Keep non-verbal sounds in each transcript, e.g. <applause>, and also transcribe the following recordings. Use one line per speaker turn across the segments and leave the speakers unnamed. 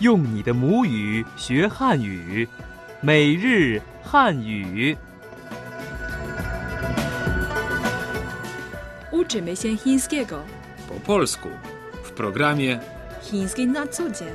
用你的母语学汉语，每日汉语。
Uczymy się chińskiego.
po polsku w programie
Chiński na co dzień.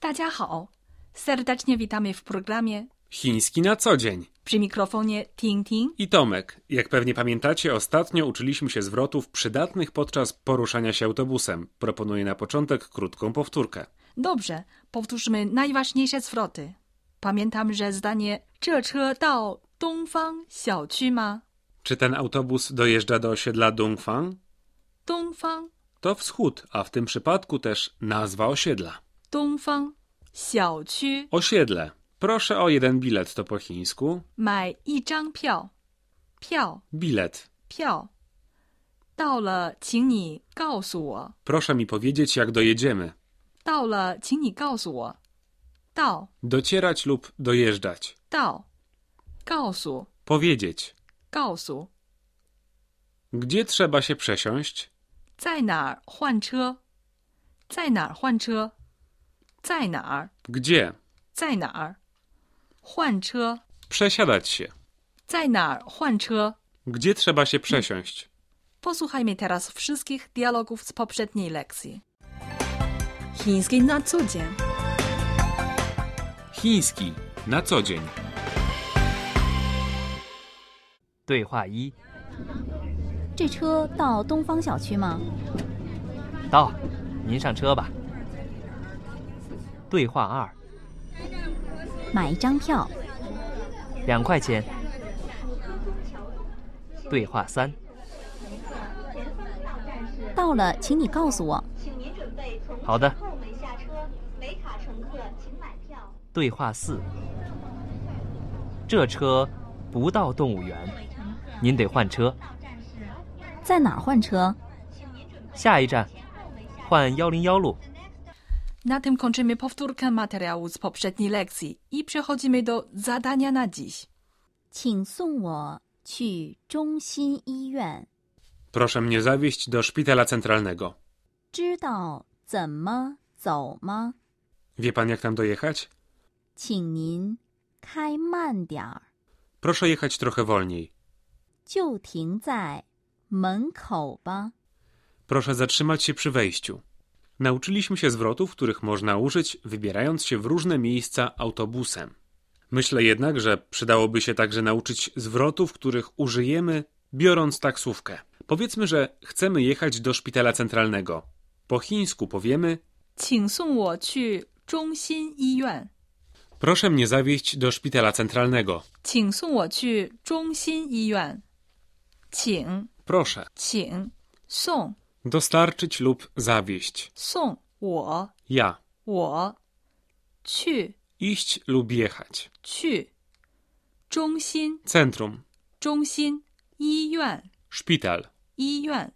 Dajahao. Serdecznie witamy w programie
Chiński na co dzień.
przy mikrofonie Ting Ting.
I Tomek, jak pewnie pamiętacie, ostatnio uczyliśmy się zwrotów przydatnych podczas poruszania się autobusem. Proponuję na początek krótką powtórkę.
Dobrze, powtórzmy najważniejsze zwroty. Pamiętam, że zdanie "这车到东方小区吗？
Czy ten autobus dojeżdża do osiedla Dongfang?
东方，
To wschód, a w tym przypadku też nazwa osiedla.
东方小区
Osiedle. Proszę o jeden bilet, to po chińsku
买一张票，票
bilet.
票。到了，请你告诉我。
Proszę mi powiedzieć, jak dojedziemy.
到了，请你告诉我。到
Docierać lub dojeżdżać.
到，告诉
Powiedzieć.
告诉，
Gdzie trzeba się przesiąść?
在哪儿换车？在哪儿换车？在哪儿？
Gdzie?
在哪儿？换车，
Przesiadać się.
在哪儿换车
Gdzie trzeba się przesiąść?
？Posłuchajmy teraz wszystkich dialogów z poprzedniej lekcji. Chiński na co dzień.
Chiński na co dzień.
对话一：
这车到东方小区吗？
到，您上车吧。对话二：
买一张票，
两块钱。对话三：
到了请你告诉我。
请您准备从
好的
后门下车，没卡乘客请买票。
对话四：这车不到动物园，您得换车。
在哪儿换车？
下一站，换幺零幺路。
Na tym kończymy powtórkę materiału z poprzedniej lekcji i przechodzimy do zadania na dziś.
请送我去中心医院，
Proszę mnie zawieźć do szpitala centralnego.
知道怎么走吗？
Wie pan, jak tam dojechać?
请您开慢点儿，
Proszę jechać trochę wolniej.
就停在门口吧。
Proszę zatrzymać się przy wejściu. Nauczyliśmy się zwrotów, których można użyć, wybierając się w różne miejsca autobusem. Myślę jednak, że przydałoby się także nauczyć zwrotów, których użyjemy, biorąc taksówkę. Powiedzmy, że chcemy jechać do szpitala centralnego. Po chińsku powiemy:
请送我去中心医院。
Proszę mnie zawieźć do szpitala centralnego.
请送我去中心医院。请
Proszę
请送
dostarczyć lub zawieźć.
送我
Ja
我去
iść lub jechać.
去中心
Centrum
中心医院
szpital.
医院，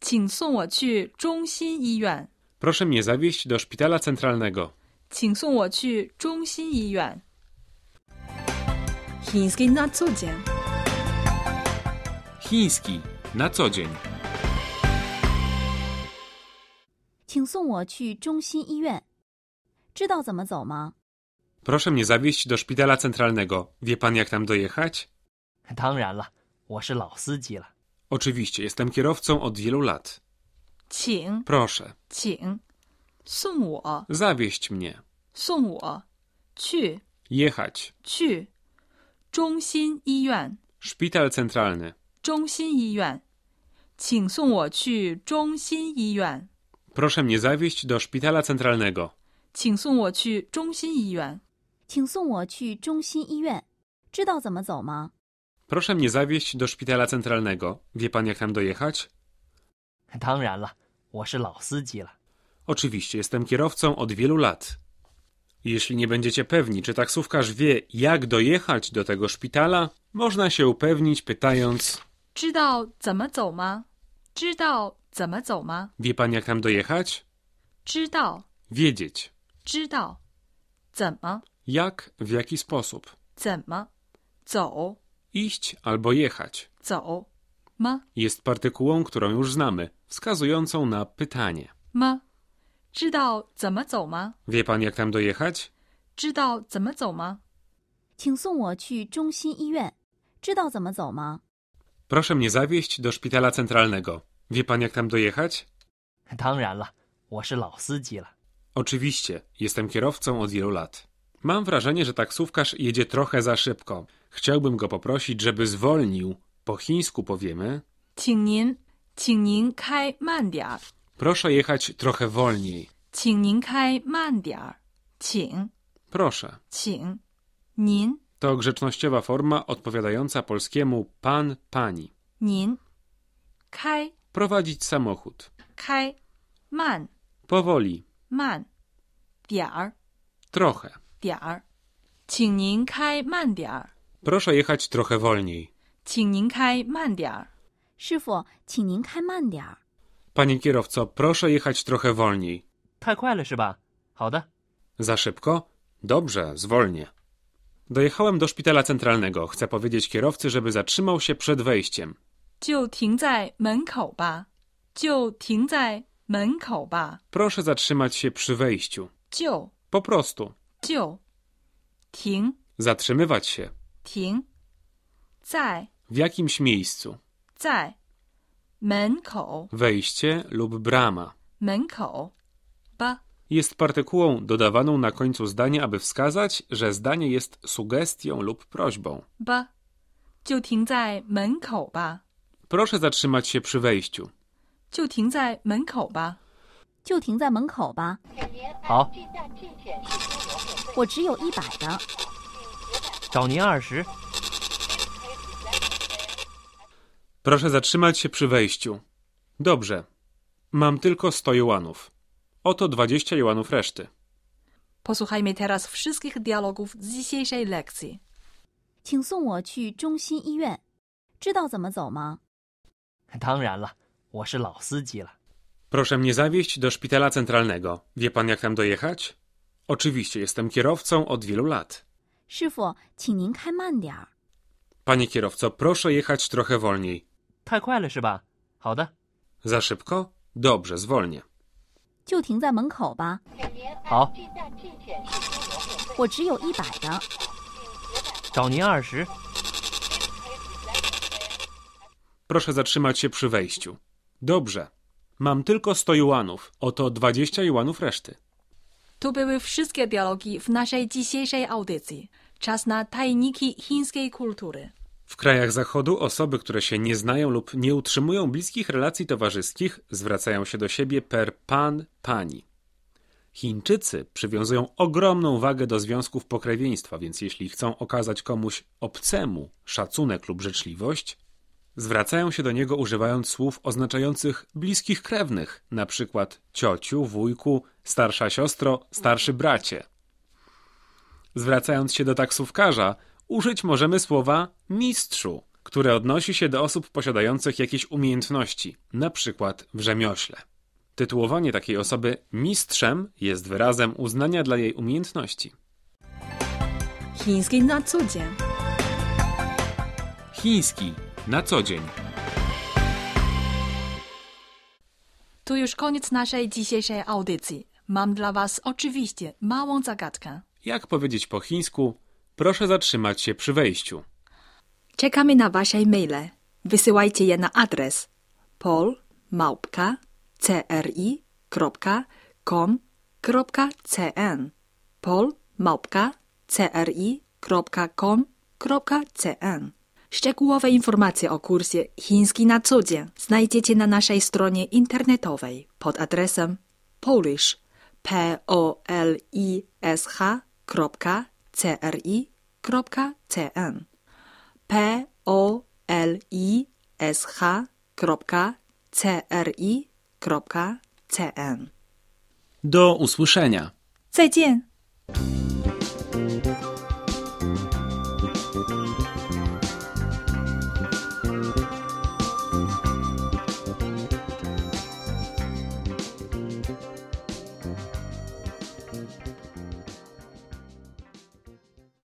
请送我去中心医院，
Proszę mnie zawieźć do szpitala centralnego.
请送我去中心医院。Chiński na co dzień.
Chiński na co dzień.
请送我去中心医院，知道怎么走吗？
Proszę mnie zawieźć do szpitala centralnego. Wie pan jak tam dojechać?
当然了，我是老司机了。
Oczywiście, jestem kierowcą od wielu lat.
请
Proszę
请送我
zawieźć mnie.
送我去
Jechać.
去中心医院
Szpital centralny.
中心医院，请送我去中心医院，
Proszę mnie zawieźć do szpitala centralnego.
请送我去中心医院。
请送我去中心医院，知道怎么走吗？
Proszę mnie zawieźć do szpitala centralnego. Wie pan jak tam dojechać?
当然了，我是老司机了。
Oczywiście, jestem kierowcą od wielu lat. Jeśli nie będziecie pewni, czy taksówkarz wie, jak dojechać do tego szpitala, można się upewnić pytając:
知道怎么走吗？知道怎么走吗？
Wie pan, jak tam dojechać?
知道
Wiedzieć.
知道，怎么
Jak, w jaki sposób?
怎么走
Iść albo jechać.
走吗
jest partykułą, którą już znamy, wskazującą na pytanie.
吗？知道怎么走吗？
Wie pan, jak tam dojechać?
知道怎么走吗？
请送我去中心医院。知道怎么走吗？
Proszę mnie zawieźć do szpitala centralnego. Wie pan, jak tam dojechać?
<laughs> 当然了，我是老司机了。
Oczywiście, jestem kierowcą od wielu lat. Mam wrażenie, że taksówkarz jedzie trochę za szybko. Chciałbym go poprosić, żeby zwolnił. Po chińsku powiemy:
请您，请您开慢点儿，
Proszę jechać trochę wolniej.
请您开慢点儿，请
Proszę.
请您
To grzecznościowa forma odpowiadająca polskiemu pan, pani.
您开
Prowadzić samochód.
开慢
Powoli.
慢点儿
Trochę.
点儿，请您开慢点儿，
Proszę jechać trochę wolniej.
请您开慢点儿，
师傅，请您开慢点儿。
Panie kierowco, proszę jechać trochę wolniej.
太快了是吧？好的，
Za szybko? Dobrze, zwolnię. Dojechałem do szpitala centralnego. Chcę powiedzieć kierowcy, żeby zatrzymał się przed wejściem.
就停在门口吧，就停在门口吧，
Proszę zatrzymać się przy wejściu.
就
Po prostu.
就停
Zatrzymywać się.
停在
W jakimś miejscu.
在门口
Wejście lub brama.
门口吧
jest partykułą dodawaną na końcu zdania, aby wskazać, że zdanie jest sugestią lub prośbą.
吧，就停在门口吧，
Proszę zatrzymać się przy wejściu.
就停在门口吧。
就停在门口吧，
好，
我只有一百的。
找您二十。 <laughs>
Proszę zatrzymać się przy wejściu. Dobrze. Mam tylko 100 jołanów. Oto 20 jołanów reszty.
Posłuchajmy teraz wszystkich dialogów z dzisiejszej lekcji.
请送我去中心医院。知道怎么走吗？
当然了，我是老司机了。
Proszę mnie zawieźć do szpitala centralnego. Wie pan, jak tam dojechać? Oczywiście, jestem kierowcą od wielu lat.
师傅，请您开慢点儿。
Panie kierowco, proszę jechać trochę wolniej.
太快了是吧？好的，
Za szybko? Dobrze, zwolnię.
就停在门口吧，
好，
我只有一百的。
找您二十。
Proszę zatrzymać się przy wejściu. Dobrze. Mam tylko 100 juanów. Oto 20 juanów reszty.
To były wszystkie dialogi w naszej dzisiejszej audycji. Czas na tajniki chińskiej kultury.
W krajach zachodu osoby, które się nie znają lub nie utrzymują bliskich relacji towarzyskich, zwracają się do siebie per pan, pani. Chińczycy przywiązują ogromną wagę do związków pokrewieństwa, więc jeśli chcą okazać komuś obcemu szacunek lub życzliwość, zwracają się do niego używając słów oznaczających bliskich krewnych, na przykład ciociu, wujku, starsza siostro, starszy bracie. Zwracając się do taksówkarza, użyć możemy słowa mistrzu, które odnosi się do osób posiadających jakieś umiejętności, na przykład w rzemiośle. Tytułowanie takiej osoby mistrzem jest wyrazem uznania dla jej umiejętności.
Chiński na co dzień.
Chiński na co dzień.
To już koniec naszej dzisiejszej audycji. Mam dla Was oczywiście małą zagadkę.
Jak powiedzieć po chińsku? Proszę zatrzymać się przy wejściu.
Czekamy na Wasze maile. Wysyłajcie je na adres polmałpka.cri.com.cn polmałpka.cri.com.cn Szczegółowe informacje o kursie Chiński na co dzień znajdziecie na naszej stronie internetowej pod adresem polish polish.cri.cn p o l i s h c r i c n。
Do usłyszenia.
再见。